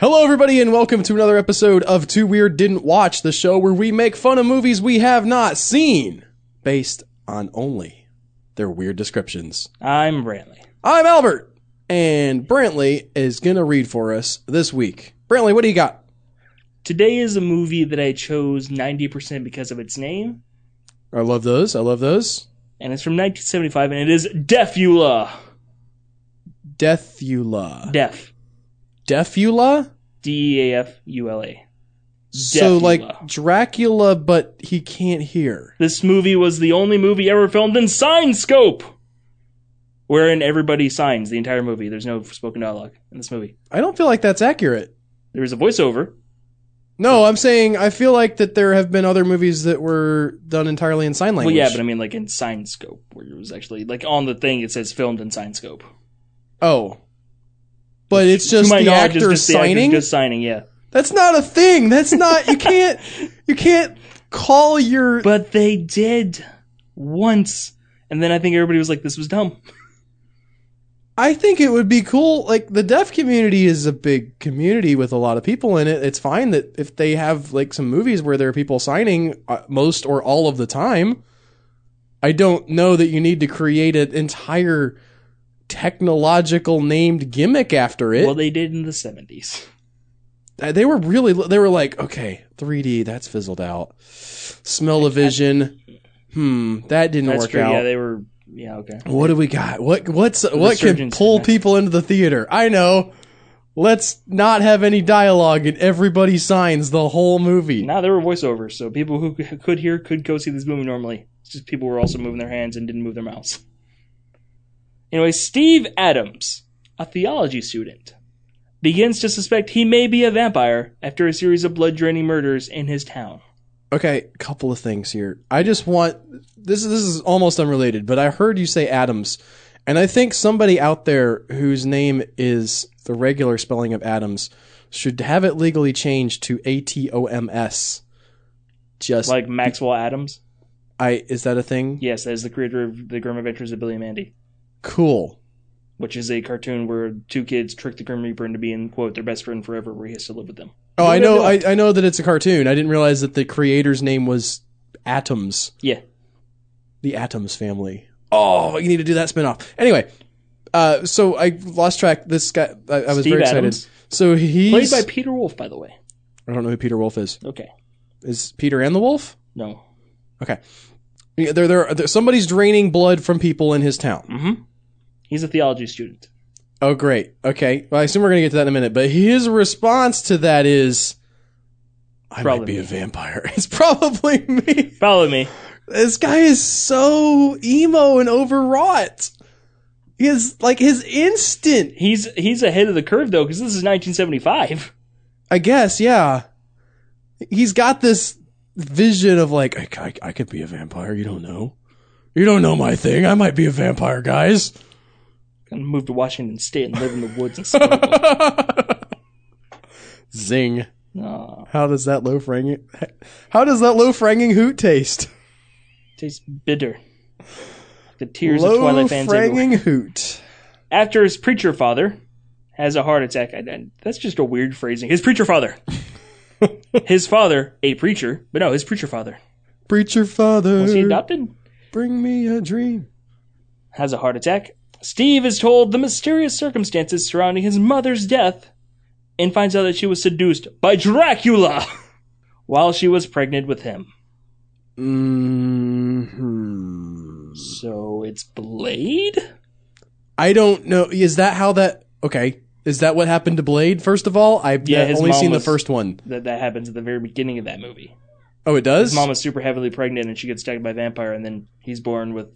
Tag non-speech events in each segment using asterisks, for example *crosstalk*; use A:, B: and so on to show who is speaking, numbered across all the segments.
A: Hello, everybody, and welcome to another episode of Too Weird Didn't Watch, the show where we make fun of movies we have not seen based on only their weird descriptions.
B: I'm Brantley.
A: I'm Albert, and Brantley is going to read for us this week. Brantley, what do you got?
B: Today is a movie that I chose 90% because of its name,
A: I love those. I love those.
B: and it's from 1975, and it is Defula.
A: Deathula.
B: Def.
A: Deathula?
B: D E A F U L A.
A: So,
B: Deathula.
A: like Dracula, but he can't hear.
B: This movie was the only movie ever filmed in Signscope, wherein everybody signs the entire movie. There's no spoken dialogue in this movie.
A: I don't feel like that's accurate.
B: There is a voiceover.
A: No, I'm saying I feel like that there have been other movies that were done entirely in sign language.
B: Well, yeah, but I mean, like in Signscope, where it was actually like on the thing it says filmed in Signscope.
A: oh, but it's
B: To
A: just
B: my
A: the
B: knowledge,
A: actor
B: it's just the actor's
A: signing.
B: just signing, yeah.
A: That's not a thing. That's not you
B: *laughs*
A: can't you can't call your.
B: But they did once. And then I think everybody was like, this was dumb.
A: I think it would be cool. Like the deaf community is a big community with a lot of people in it. It's fine that if they have like some movies where there are people signing uh, most or all of the time. I don't know that you need to create an entire technological named gimmick after it.
B: Well, they did in the 70s.
A: Uh, they were really they were like okay 3d that's fizzled out smell o vision hmm that didn't
B: That's
A: work
B: true.
A: out
B: Yeah, they were. Yeah, okay.
A: what do we got what what's what can
B: surgeons
A: pull
B: did that.
A: people into the theater i know let's not have any dialogue and everybody signs the whole movie
B: Now there were voiceovers, so people who *laughs* c- could hear could go see this movie normally. It's just people were also moving their hands and didn't move their mouths. Anyway, Steve Adams, a theology student, begins to suspect he may be a vampire after a series of blood draining murders in his town.
A: okay a couple of things here i just want this is this is almost unrelated but i heard you say adams and i think somebody out there whose name is the regular spelling of adams should have it legally changed to a-t-o-m-s just
B: Like Maxwell Adams.
A: i is that a thing
B: Yes, as the creator of The Grim Adventures of Billy and Mandy.
A: cool
B: which is a cartoon where two kids trick the Grim Reaper into being quote their best friend forever, where he has to live with them.
A: oh
B: What
A: i
B: did I
A: know
B: do?
A: I, I know that it's a cartoon i didn't realize that the creator's name was atoms
B: Yeah,
A: the Atoms family. Oh, you need to do that spinoff. Anyway, uh, so I lost track. This guy, I, I was
B: Steve
A: very excited.
B: Adams.
A: So
B: played
A: he's.
B: by Peter Wolf, by the way.
A: I don't know who Peter Wolf is.
B: Okay,
A: Is Peter and the Wolf?
B: no,
A: Yeah, There, there, there- somebody's draining blood from people in his town.
B: mm-hmm. he's a theology student.
A: Oh, great. Okay. Well, I assume we're gonna get to that in a minute. But his response to that is, "I might
B: Probably
A: be a
B: me.
A: vampire. *laughs* It's probably me."
B: Follow me.
A: This guy is so emo and overwrought. His like his instant
B: He's he's ahead of the curve though, because this is 1975.
A: I guess, yeah. He's got this vision of like, I, I, I could be a vampire. You don't know. You don't know my thing. I might be a vampire, guys.
B: *laughs*
A: *laughs*
B: Gonna move to Washington State and live in the woods and stuff.
A: *laughs* Zing.
B: Aw,
A: How does that loaf ranging? How does that loaf ranging hoot taste?
B: tastes bitter. The tears of Twilight fans everywhere.
A: ranging hoot.
B: After his preacher father has a heart attack, I, I- that's just a weird phrasing. His
A: *laughs*
B: preacher father. his father, a preacher, but no, his preacher father.
A: Preacher father,
B: Was he adopted?
A: bring me a dream.
B: Has a heart attack. Steve is told the mysterious circumstances surrounding his mother's death and finds out that she was seduced by Dracula *laughs* while she was pregnant with him.
A: hmm
B: So it's Blade?
A: I don't know. Is that how that? Okay, is that what happened to Blade? First of all, I've
B: Yeah, his
A: only
B: mom
A: seen
B: was-
A: the first one.
B: That that happens at the very beginning of that movie.
A: Oh, it does.
B: His mom is super heavily pregnant and she gets attacked by a vampire and then he's born with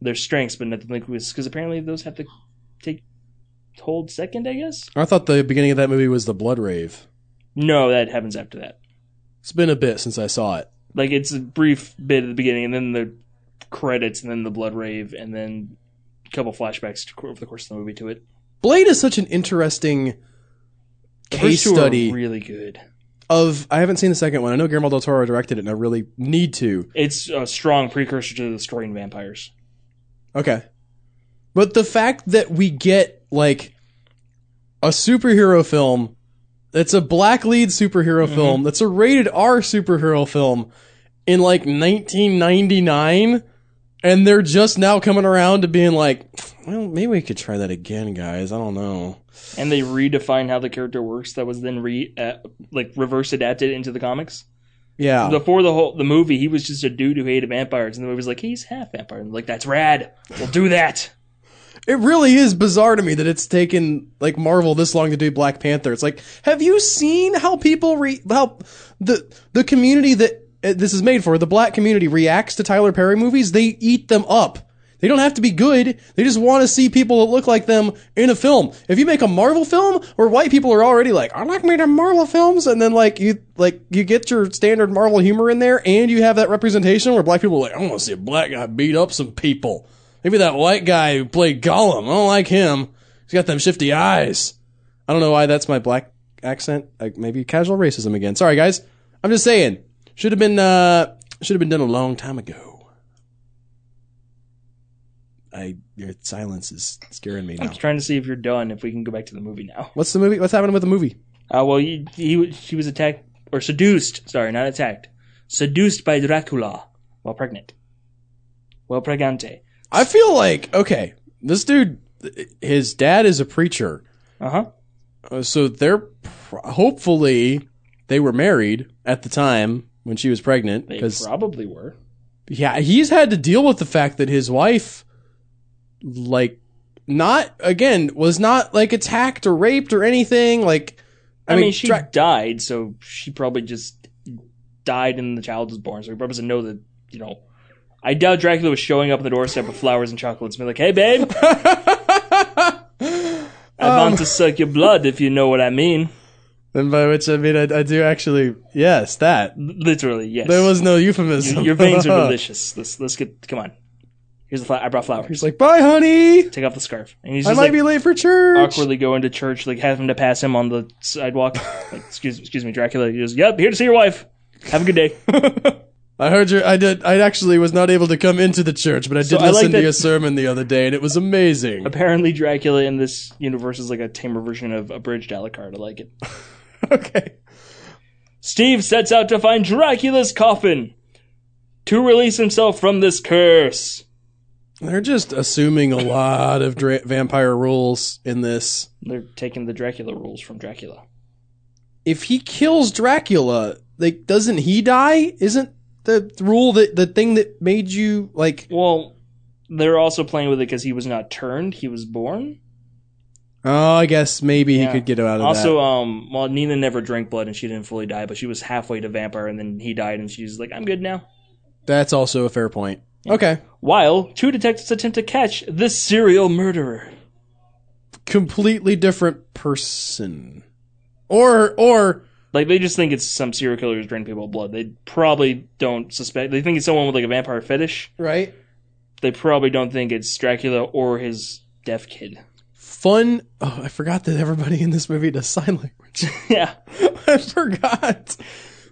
B: their strengths but nothing like because apparently those have to take hold second, I guess?
A: I thought the beginning of that movie was the Blood Rave.
B: No, that happens after that.
A: It's been a bit since I saw it.
B: like it's a brief bit at the beginning and then the credits and then the blood rave and then a couple flashbacks to, over the course of the movie to it
A: Blade is such an interesting
B: the
A: case
B: first two are
A: study
B: really good
A: of. I haven't seen the second one. I know Guillermo del Toro directed it, and I really need to.
B: it's a strong precursor to destroying vampires
A: Okay, but the fact that we get like a superhero film It's a black lead superhero film. That's a rated R superhero film in like 1999, and they're just now coming around to being like, well, maybe we could try that again, guys. I don't know.
B: and they redefine how the character works. That was then re uh, like reverse adapted into the comics.
A: Yeah,
B: Before the whole the movie, he was just a dude who hated vampires, and the movie was like, he's half vampire. And like that's rad. We'll do that.
A: it really is bizarre to me that it's taken like Marvel this long to do Black Panther. It's like, have you seen how people re how the the community that uh, this is made for the black community reacts to Tyler Perry movies? They eat them up. They don't have to be good. They just want to see people that look like them in a film. If you make a Marvel film where white people are already like, I like making Marvel films, and then like you like you get your standard Marvel humor in there, and you have that representation where black people are like, I want to see a black guy beat up some people. Maybe that white guy who played Gollum. I don't like him. He's got them shifty eyes. I don't know why that's my black accent. Like maybe casual racism again. Sorry guys. I'm just saying. Should have been uh should have been done a long time ago. I your silence is scaring me
B: I'm
A: now.
B: just trying to see if you're done. If we can go back to the movie now.
A: What's the movie? What's happening with the movie?
B: Uh, well, he, he she was attacked or seduced. Sorry, not attacked. Seduced by Dracula while pregnant. Well, pregante.
A: I feel like okay, this dude his dad is a preacher.
B: Uh huh.
A: Uh, so they're pr- hopefully they were married at the time when she was pregnant
B: They
A: because
B: probably were.
A: yeah he's had to deal with the fact that his wife like not again was not like attacked or raped or anything like
B: I, mean, she
A: tra-
B: died, so she probably just died and the child was born. So he probably doesn't know that. You know, I doubt Dracula was showing up at the doorstep with flowers and chocolates and be like, "Hey, babe, I
A: Um,
B: want to suck your blood if you know what I mean."
A: *laughs* and by which i mean I, I do actually yes that
B: L- Literally, yes.
A: there was no euphemism
B: your, your veins
A: *laughs*
B: are delicious. Let's let's get. Come on. Here's the. Fl- I brought flowers.
A: he's like bye honey
B: Take off the scarf. And he's
A: i
B: just
A: might
B: like,
A: be late for church
B: awkwardly going to church, like having to pass him on the
A: *laughs*
B: sidewalk. like, excuse, excuse me, Dracula. He goes, "Yep, here to see your wife. Have a good
A: *laughs*
B: day."
A: I heard your. I did. I actually was not able to come into the church, but I did
B: So I like
A: listen to
B: that-
A: your sermon the other day, and it was
B: *laughs*
A: amazing.
B: Apparently, Dracula in this universe is like a tamer version of abridged Alucard. I like it.
A: okay.
B: Steve sets out to find Dracula's coffin to release himself from this curse.
A: They're just assuming a lot of dra- vampire rules in this.
B: They're taking the Dracula rules from Dracula.
A: If he kills Dracula, like, doesn't he die? Isn't the rule that the thing that made you like?
B: Well, they're also playing with it because he was not turned; he was born.
A: Oh, I guess maybe
B: Yeah.
A: he could get out of
B: also,
A: that.
B: um, well, Nina never drank blood and she didn't fully die, but she was halfway to vampire, and then he died, and she's like, "I'm good now."
A: That's also a fair point. Okay.
B: While two detectives attempt to catch the serial murderer,
A: Completely different person. Or or
B: like they just think it's some serial killer who's drinking people's blood. They probably don't suspect. They think it's someone with like a vampire fetish.
A: right.
B: They probably don't think it's Dracula or his deaf kid.
A: Fun. Oh, I forgot that everybody in this movie does sign language.
B: *laughs*
A: *laughs*
B: yeah.
A: I forgot.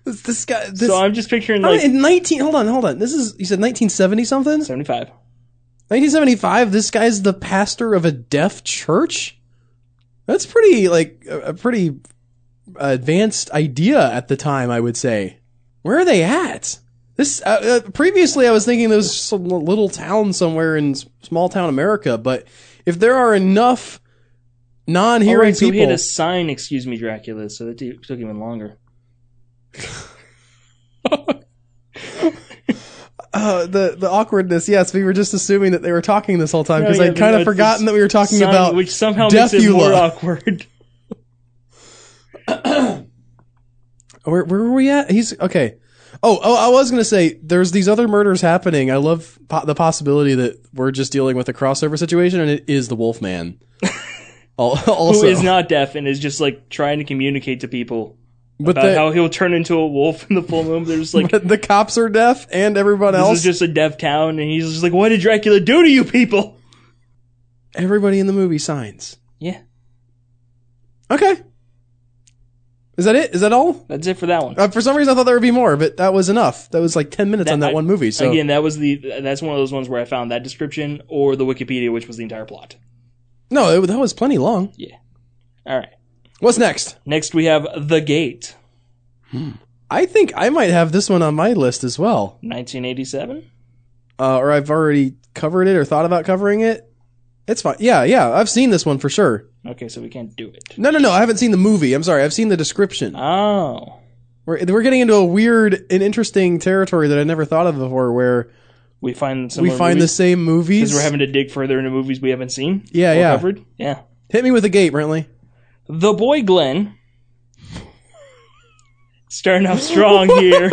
A: This, this guy. This,
B: so I'm just picturing
A: How
B: like
A: did- Oh, in 19. Hold on, hold on. This is you said 1970 something.
B: 75.
A: 1975. This guy's the pastor of a deaf church. That's pretty like a, a pretty advanced idea at the time. I would say. Where are they at? This uh, uh, previously, I was thinking there was some little town somewhere in s- small town America, but if there are enough
B: All
A: non-hearing
B: right, so he
A: people,
B: had a sign, "Excuse me, Dracula," so that t- took even longer.
A: Uh, the the awkwardness. Yes, we were just assuming that they were talking this whole time
B: No,
A: because
B: yeah,
A: I'd kind
B: no,
A: of
B: it's
A: forgotten
B: this
A: that we were talking
B: Sign,
A: about.
B: which somehow makes it more
A: Dracula.
B: awkward. *laughs*
A: Where where were we at? He's okay. Oh, oh, I was gonna say there's these other murders happening. I love po- the possibility that we're just dealing with a crossover situation, and it is the
B: *laughs*
A: Wolfman. Al- *laughs* also,
B: who is not deaf and is just like trying to communicate to people
A: but
B: about
A: the,
B: how he'll turn into a wolf in the full moon. They're *laughs* just
A: *laughs*
B: like,
A: but the cops are deaf, and everyone
B: this is
A: else,
B: just a deaf town, and he's just like, what did Dracula do to you people?
A: everybody in the movie signs.
B: Yeah,
A: Okay, is that it? Is that all?
B: that's it for that one.
A: Uh, for some reason, I thought there would be more, but that was enough. That was like ten minutes
B: That-
A: on that
B: I-
A: one movie. So
B: Again, that was the that's one of those ones where I found that description or the Wikipedia, which was the entire plot.
A: no, it, that was plenty long.
B: All right,
A: What's next?
B: Next, we have The Gate,
A: I think I might have this one on my list as well.
B: 1987.
A: Uh, or I've already covered it or thought about covering it. It's fine. Yeah, yeah. I've seen this one for sure.
B: Okay, so we can't do it.
A: No, no, no. I haven't seen the movie. I'm sorry. I've seen the description.
B: Oh.
A: We're, we're getting into a weird and interesting territory that I never thought of before where
B: We find some
A: we find the same movies.
B: because we're having to dig further into movies we haven't seen.
A: yeah,
B: or
A: yeah.
B: Covered. Yeah.
A: Hit me with a gate, Brentley.
B: The Boy Glenn. *laughs* Starting
A: *laughs*
B: off strong here.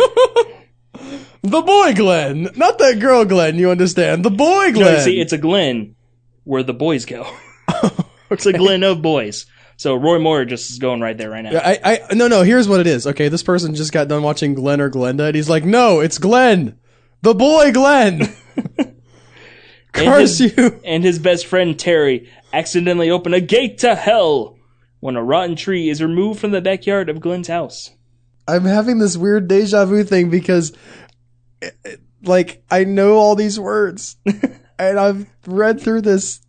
A: The boy Glenn. Not that girl Glenn, you understand. The boy
B: No,
A: Glenn.
B: you see, it's a Glen where the boys go. *laughs* It's a Glen of boys. So Roy Moore just is going right there right now.
A: Yeah, I, I, no, no, here's what it is. Okay, this person just got done watching Glenn or Glenda, and he's like, no, it's Glenn. The boy
B: *laughs*
A: Glenn. Curse
B: his-
A: you.
B: And his best friend Terry accidentally open a gate to hell when a rotten tree is removed from the backyard of Glenn's house.
A: I'm having this weird deja vu thing because, it- it- like, I know all these words. *laughs* And I've read through this.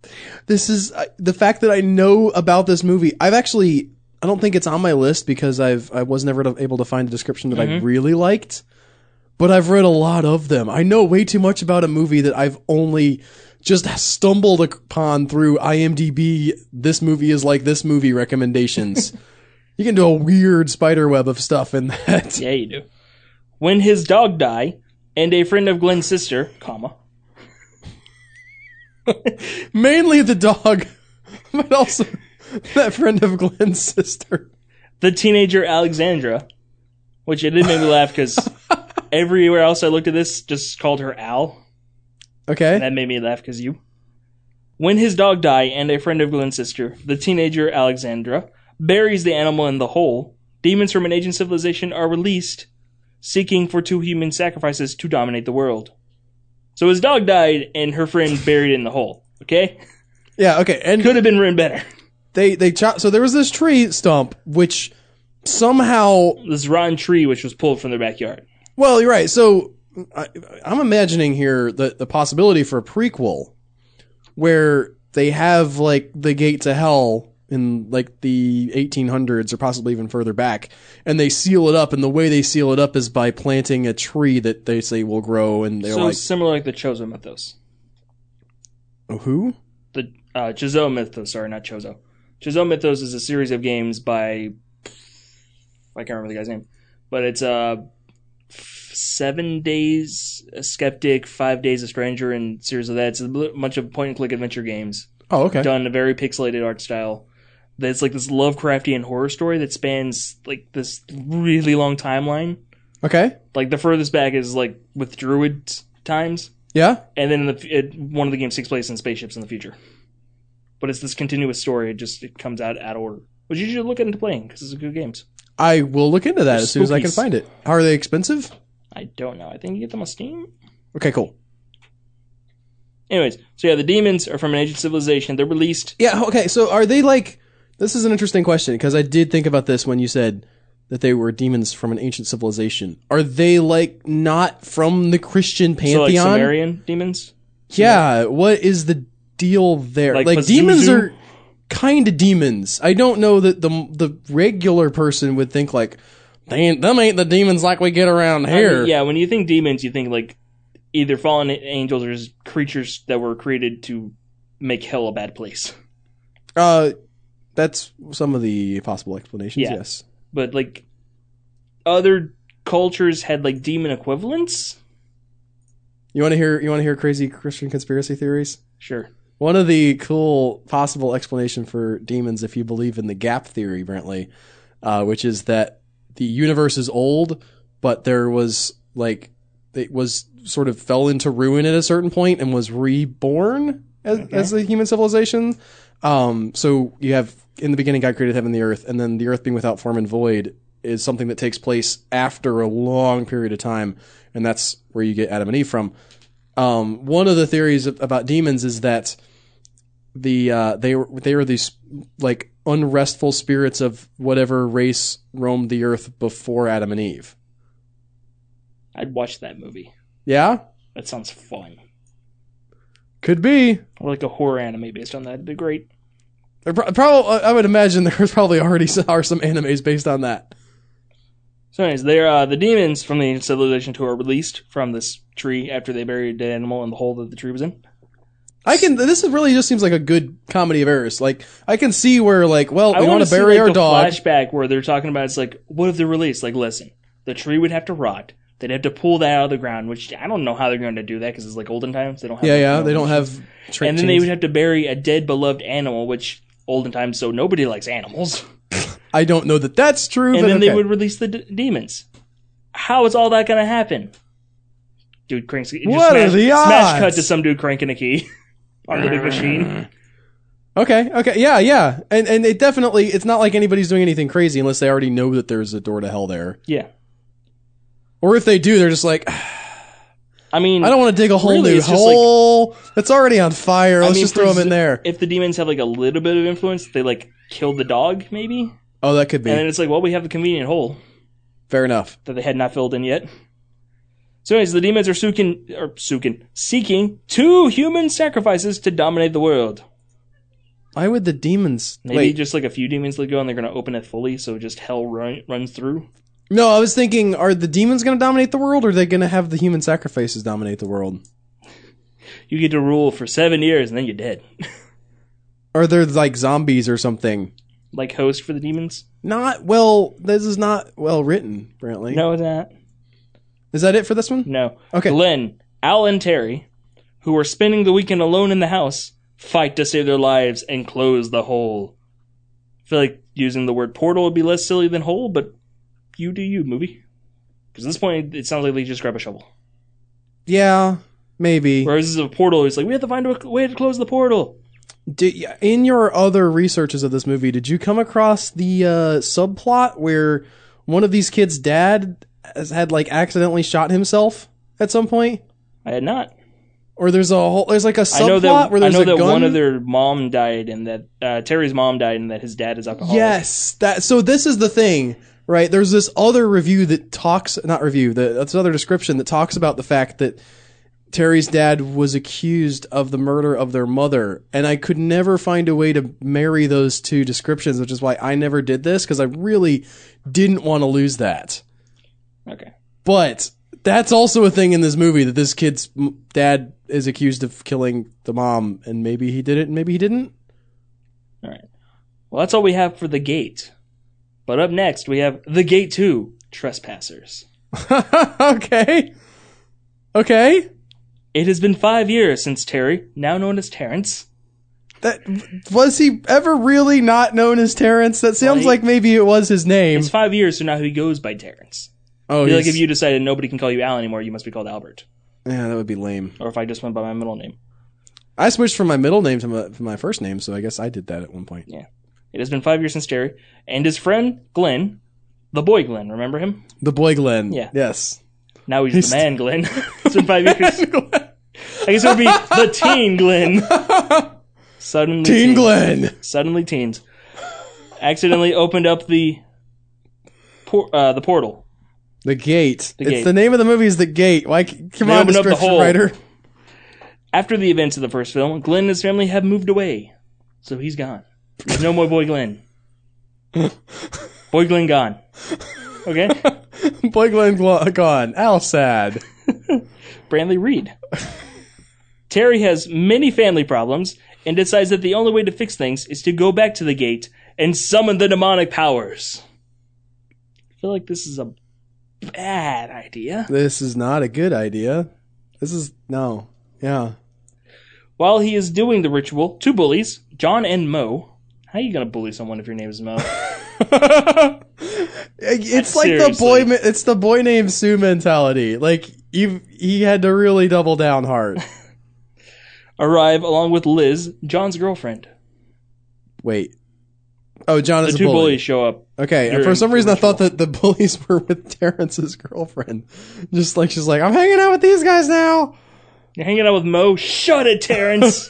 A: This is I- the fact that I know about this movie. I've actually, I don't think it's on my list because I've I was never able to find a description that I really liked. But I've read a lot of them. I know way too much about a movie that I've only just stumbled upon through IMDb. This movie is like this movie recommendations. you can do a weird spider web of stuff in that.
B: Yeah, you do. When his dog die and a friend of Glenn's sister, comma,
A: Mainly the dog, *laughs* but also that friend of Glenn's sister.
B: the teenager Alexandra, which it did make me laugh because everywhere else I looked at this just called her Al.
A: Okay.
B: That made me laugh because you. When his dog die and a friend of Glenn's sister, the teenager Alexandra, buries the animal in the hole, demons from an ancient civilization are released, seeking for two human sacrifices to dominate the world. So his dog died and her friend buried in the hole. Okay? *laughs*
A: Yeah. Okay. And
B: Could have been written better.
A: they they chop. So there was this tree stump which somehow.
B: This rotten tree which was pulled from their backyard.
A: Well, you're right. So I, I'm imagining here the the possibility for a prequel where they have like the gate to hell in like the 1800s or possibly even further back and they seal it up and the way they seal it up is by planting a tree that they say will grow and they're
B: so
A: like
B: similar like the Chozo mythos.
A: "Oh, who
B: The uh, Chozo mythos, sorry, not Chozo. Chozo mythos is a series of games by I can't remember the guy's name, but it's uh f- seven days a skeptic, five days a stranger, and series of that. It's a bl- bunch of point and click adventure games
A: oh okay
B: done in a very pixelated art style. That's like this Lovecraftian horror story that spans like this really long timeline.
A: okay
B: Like the furthest back is like with Druid times
A: yeah
B: and then in the, it, one of the games takes place in spaceships in the future. But it's this continuous story. It just it comes out out of order, which you should look into playing because it's a good games.
A: I will look into that as soon as I can
B: spookies.
A: find it. How are they expensive?
B: I don't know. I think you get them on Steam.
A: Okay, cool.
B: Anyways, so yeah, the demons are from an ancient civilization. They're released.
A: Yeah, okay. So are they like this is an interesting question because I did think about this when you said that they were demons from an ancient civilization. Are they like not from the Christian
B: So like
A: pantheon?
B: Sumerian demons.
A: yeah, what is the deal there?
B: Like
A: Like,
B: Pazuzu?
A: demons are kind of demons. I don't know that the the regular person would think like they ain't, them ain't the demons like we get around
B: I mean,
A: here.
B: yeah, when you think demons, you think like either fallen angels or just creatures that were created to make hell a bad place.
A: Uh that's some of the possible explanations,
B: Yeah.
A: yes.
B: But like other cultures had like demon equivalents.
A: You want to hear? You want to hear crazy Christian conspiracy theories?
B: Sure.
A: One of the cool possible explanation for demons, if you believe in the gap theory, Brentley, uh, which is that the universe is old, but there was like it was sort of fell into ruin at a certain point and was reborn as,
B: Okay.
A: as a human civilization. Um, so you have in the beginning, God created heaven and the earth, and then the earth being without form and void is something that takes place after a long period of time, and that's where you get Adam and Eve from. Um, one of the theories ab- about demons is that the uh, they were they were these like unrestful spirits of whatever race roamed the earth before Adam and Eve.
B: I'd watch that movie.
A: Yeah,
B: That sounds fun.
A: could be.
B: Or like a horror anime based on that. It'd be great.
A: There pro- prob- I would imagine *laughs* there's probably already s- are some animes based on that.
B: So, anyways, they're uh, the demons from the ancient civilization who are released from this tree after they buried a dead animal in the hole that the tree was in.
A: I can. This is really just seems like a good comedy of errors. Like I can see where like, well, we
B: wanna
A: want to
B: see,
A: bury
B: like,
A: our
B: the
A: dog.
B: Flashback where they're talking about it's like, what if they're released? Like, listen, the tree would have to rot. They'd have to pull that out of the ground, which I don't know how they're going to do that because it's like olden times. They don't have
A: yeah,
B: like,
A: yeah.
B: no
A: They don't
B: machines.
A: have. tra-
B: and then they
A: chains.
B: would have to bury a dead beloved animal, which olden times, so nobody likes animals.
A: I don't know that that's true.
B: And
A: but
B: then they
A: okay.
B: would release the d- demons. How is all that going to happen? Dude cranks. it just
A: What are
B: smash,
A: the
B: Smash cut
A: odds?
B: to some dude cranking a key *laughs* on the big machine.
A: Uh-huh. Okay, okay, yeah, yeah, and and it definitely it's not like anybody's doing anything crazy unless they already know that there's a door to hell there,
B: Yeah,
A: or if they do, they're just like,
B: I mean,
A: I don't want to dig a whole
B: Really,
A: new
B: it's just
A: hole. it's already on fire.
B: I
A: Let's
B: mean,
A: just throw them in
B: presu-
A: there.
B: If the demons have like a little bit of influence, they like kill the dog, maybe,
A: Oh, that could be
B: and then it's like, well, we have a convenient hole
A: fair enough.
B: that they had not filled in yet. So, anyways, the demons are seeking, or seeking, seeking two human sacrifices to dominate the world.
A: Why would the demons?
B: Maybe
A: Wait,
B: just like a few demons let go, and they're gonna open it fully, so just hell run, runs through.
A: no, I was thinking, are the demons going to dominate the world, or are they going to have the human sacrifices dominate the world?
B: You get to rule for seven years, and then you're dead.
A: Are there like zombies or something?
B: like host for the demons?
A: Not well. This is not well written. Apparently,
B: No, it's not.
A: Is that it for this one?
B: No.
A: Okay.
B: Glenn, Al, and Terry, who were spending the weekend alone in the house, fight to save their lives and close the hole. I feel like using the word portal would be less silly than hole, but you do you, movie. Because at this point, it sounds like they just grab a shovel.
A: Yeah, maybe.
B: Whereas this is a portal, it's like, we have to find a way to close the portal.
A: Did, in your other researches of this movie, did you come across the uh, subplot where one of these kids' dad has had like accidentally shot himself at some point?
B: I had not.
A: Or there's a whole there's like a subplot
B: I know that,
A: where
B: I
A: there's
B: know
A: a
B: that
A: gun.
B: one of their mom died and that uh, Terry's mom died and that his dad is alcoholic.
A: yes, that. So this is the thing, right? There's this other review that talks, not review, the, this other description that talks about the fact that Terry's dad was accused of the murder of their mother, and I could never find a way to marry those two descriptions, which is why I never did this because I really didn't want to lose that.
B: Okay.
A: But that's also a thing in this movie that this kid's m- dad is accused of killing the mom, and maybe he did it, and maybe he didn't. *laughs*
B: All right. Well, that's all we have for the gate. But up next, we have the gate two trespassers.
A: okay, okay.
B: It has been five years since Terry, now known as Terrence.
A: That was he ever really not known as Terrence? That sounds
B: Well, he-
A: like maybe it was his name.
B: It's five years, so now he goes by Terrence.
A: Mm. Oh,
B: It'd be like
A: he's-
B: if you decided nobody can call you Al anymore, you must be called Albert.
A: yeah, that would be lame.
B: Or if I just went by my middle name.
A: I switched from my middle name to my, from my first name, so I guess I did that at one point.
B: It has been five years since Terry and his friend Glenn, the boy Glenn. Remember him?
A: The boy Glenn.
B: Yeah.
A: Yes.
B: Now he's,
A: He's-
B: the
A: *laughs*
B: man Glenn. it's been five years. I guess it would be the
A: *laughs*
B: teen Glenn. Suddenly,
A: Teen
B: teen.
A: Glenn.
B: suddenly teens accidentally opened up the por- uh, the portal.
A: The gate.
B: The
A: it's
B: gate.
A: the name of the movie is The Gate. Why? c- Come
B: They
A: on,
B: opened up the
A: description
B: hole.
A: writer. *laughs*
B: After the events of the first film, Glenn and his family have moved away, so he's gone. There's no more boy Glenn. boy Glenn gone. Okay,
A: boy Glenn gl- gone. Al sad.
B: Brantley Reed. Terry has many family problems and decides that the only way to fix things is to go back to the gate and summon the demonic powers. I feel like this is a bad idea.
A: This is not a good idea. This is no. Yeah.
B: While he is doing the ritual, two bullies, John and Mo. How are you gonna bully someone if your name
A: *laughs*
B: is Mo?
A: it's like the boy.
B: Seriously.
A: ma- It's the boy named Sue mentality. Like you, he had to really double down hard.
B: Arrive along with Liz, John's girlfriend.
A: Wait. Oh, John is
B: The
A: a
B: two
A: bully.
B: bullies show up.
A: Okay, and
B: You're
A: for
B: in
A: some reason I thought that the *laughs* bullies were with Terrence's girlfriend. Just like she's like, I'm hanging out with these guys
B: *laughs*
A: now.
B: You're hanging out with Mo. Shut it, Terrence.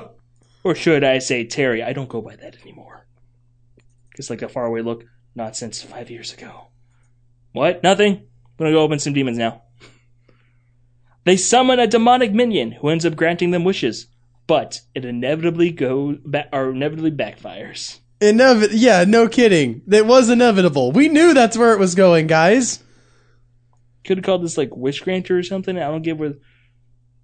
A: *laughs*
B: or should I say Terry? I don't go by that anymore. It's like a faraway look. Not since five years ago. What? Nothing. I'm gonna go open some demons now. They summon a demonic minion who ends up granting them wishes. but it inevitably go ba- or inevitably backfires.
A: Inevi- yeah, no kidding. It was inevitable. We knew that's where it was going, guys.
B: Could have called this like wish granter or something. I don't give a.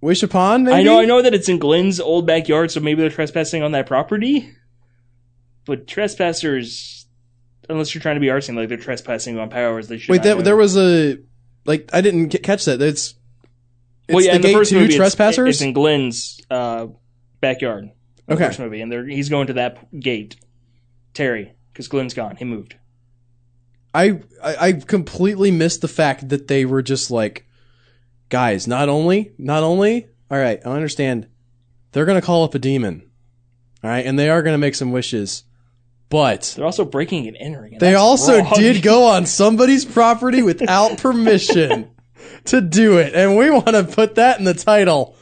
A: Wish upon, maybe?
B: I know, I know that it's in Glenn's old backyard, so maybe they're trespassing on that property. But trespassers, unless you're trying to be artsy, like they're trespassing on powers they should.
A: Wait,
B: not
A: that,
B: do.
A: there was a. Like, I didn't ca- catch that. It's. It's
B: well, yeah,
A: the
B: in the
A: gate
B: first
A: to
B: movie, it's-
A: trespassers?
B: It's, in Glenn's uh, backyard. in the
A: Okay.
B: first movie, and they're, he's going to that p- gate. Terry, because Glenn's gone, he moved.
A: I, I I completely missed the fact that they were just like, guys. Not only, not only. All right, I understand. They're gonna call up a demon, all right, and they are gonna make some wishes, but
B: They're also breaking and entering. and
A: they
B: that's
A: also
B: wrong. *laughs*
A: did go on somebody's property without permission
B: *laughs*
A: to do it, and we want to put that in the title.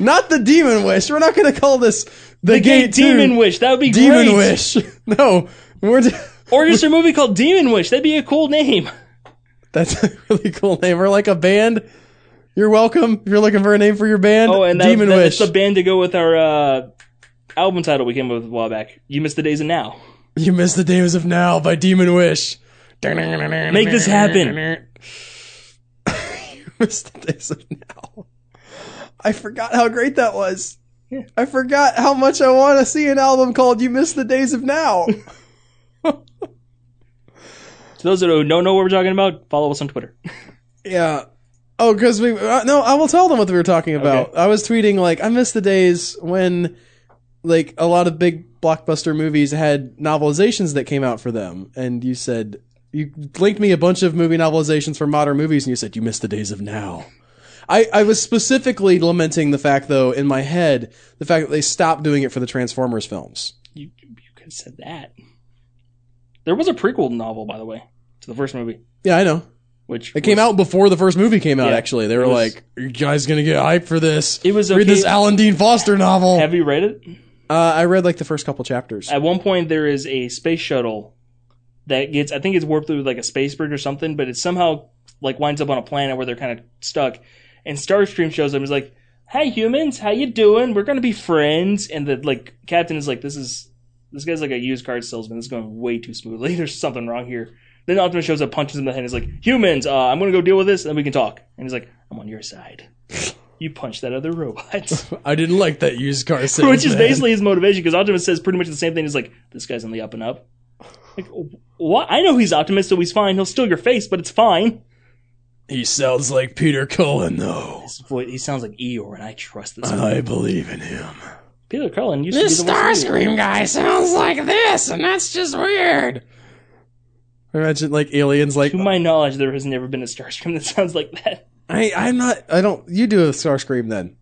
A: Not the demon wish. We're not gonna call this the,
B: the gate
A: to
B: Demon Wish. That would be
A: demon
B: great.
A: wish. *laughs* No, we're. d-
B: Or just a movie called Demon Wish. That'd be a cool name.
A: That's *laughs* a really cool name. Or like a band. You're welcome. If you're looking for a name for your band,
B: Oh, and that,
A: Demon
B: that-
A: Wish.
B: That's the band to go with our uh, album title we came up with a while back. You missed the days of now.
A: you missed the days of now by Demon Wish. *laughs*
B: Make this happen.
A: missed the days of now. I forgot how great that was.
B: Yeah.
A: I forgot how much I want to see an album called "You Missed the Days of Now."
B: To those that don't know what we're talking about, follow us on Twitter.
A: yeah. Oh, because we uh, no, I will tell them what we were talking about. I was tweeting like I miss the days when like a lot of big blockbuster movies had novelizations that came out for them, and you said you linked me a bunch of movie novelizations for modern movies, and you said you miss the days of now. I, I was specifically lamenting the fact, though, in my head, the fact that they stopped doing it for the Transformers films.
B: You, you could have said that. There was a prequel novel, by the way, to the first movie,
A: Yeah, I know.
B: which
A: It came
B: was-
A: out before the first movie came out,
B: Yeah.
A: actually. They were
B: It was-
A: like, you guys going to get hyped for this.
B: It was
A: Read
B: okay-
A: this Alan Dean Foster novel.
B: Have you read it?
A: Uh, I read like the first couple chapters.
B: At one point, there is a space shuttle that gets, I think it's warped through like a space bridge or something, but it somehow like winds up on a planet where they're kind of stuck. And Starstream shows them. He's like, "Hey humans, how you doing? We're gonna be friends." And the like captain is like, "This is this guy's like a used car salesman. This is going way too smoothly. *laughs* There's something wrong here." Then Optimus shows up, punches him in the head, and is like, "Humans, uh, I'm gonna go deal with this, and then we can talk." And he's like, "I'm on your side. *laughs* you punched that other robot." *laughs*
A: I didn't like that used *laughs* car salesman.
B: which is basically his motivation because Optimus says pretty much the same thing. He's like, "This guy's on the up and up." Like, what? I know he's Optimus, so he's fine. He'll steal your face, but it's fine.
A: he sounds like Peter Cullen, though.
B: His voice- he sounds like Eeyore, and I trust this.
A: I believe in him.
B: Uh-huh. Peter Cullen used
C: This
B: to be the voice of Eeyore.
C: Starscream guy sounds like this, and that's just weird.
A: Imagine like aliens, like
B: To my knowledge, there has never been a Starscream that *laughs* sounds like that.
A: I, I'm not. I don't. You do a star scream then.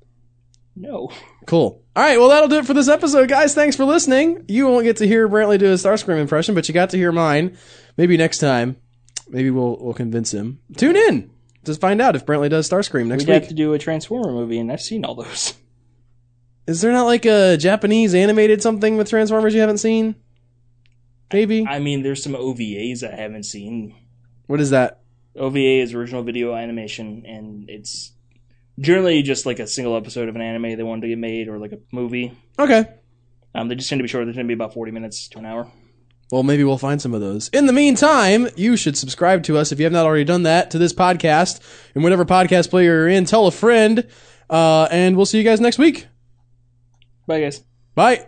B: No,
A: Cool. All right. Well, that'll do it for this episode, guys. Thanks for listening. You won't get to hear Brantley do a star scream impression, but you got to hear mine. Maybe next time. Maybe we'll we'll convince him. Tune in to find out if Brantley does star scream next
B: we'd have
A: week.
B: to do a Transformer movie, and I've seen all those.
A: Is there not like a Japanese animated something with Transformers you haven't seen? Maybe.
B: I mean, there's some OVAs I haven't seen.
A: What is that?
B: OVA is original video animation, and it's generally just like a single episode of an anime they wanted to get made, or like a movie.
A: Okay.
B: Um, they just tend to be short. They tend to be about 40 minutes to an hour.
A: Well, maybe we'll find some of those. In the meantime, you should subscribe to us if you have not already done that to this podcast and whatever podcast player you're in. Tell a friend, uh, and we'll see you guys next week.
B: Bye, guys.
A: Bye.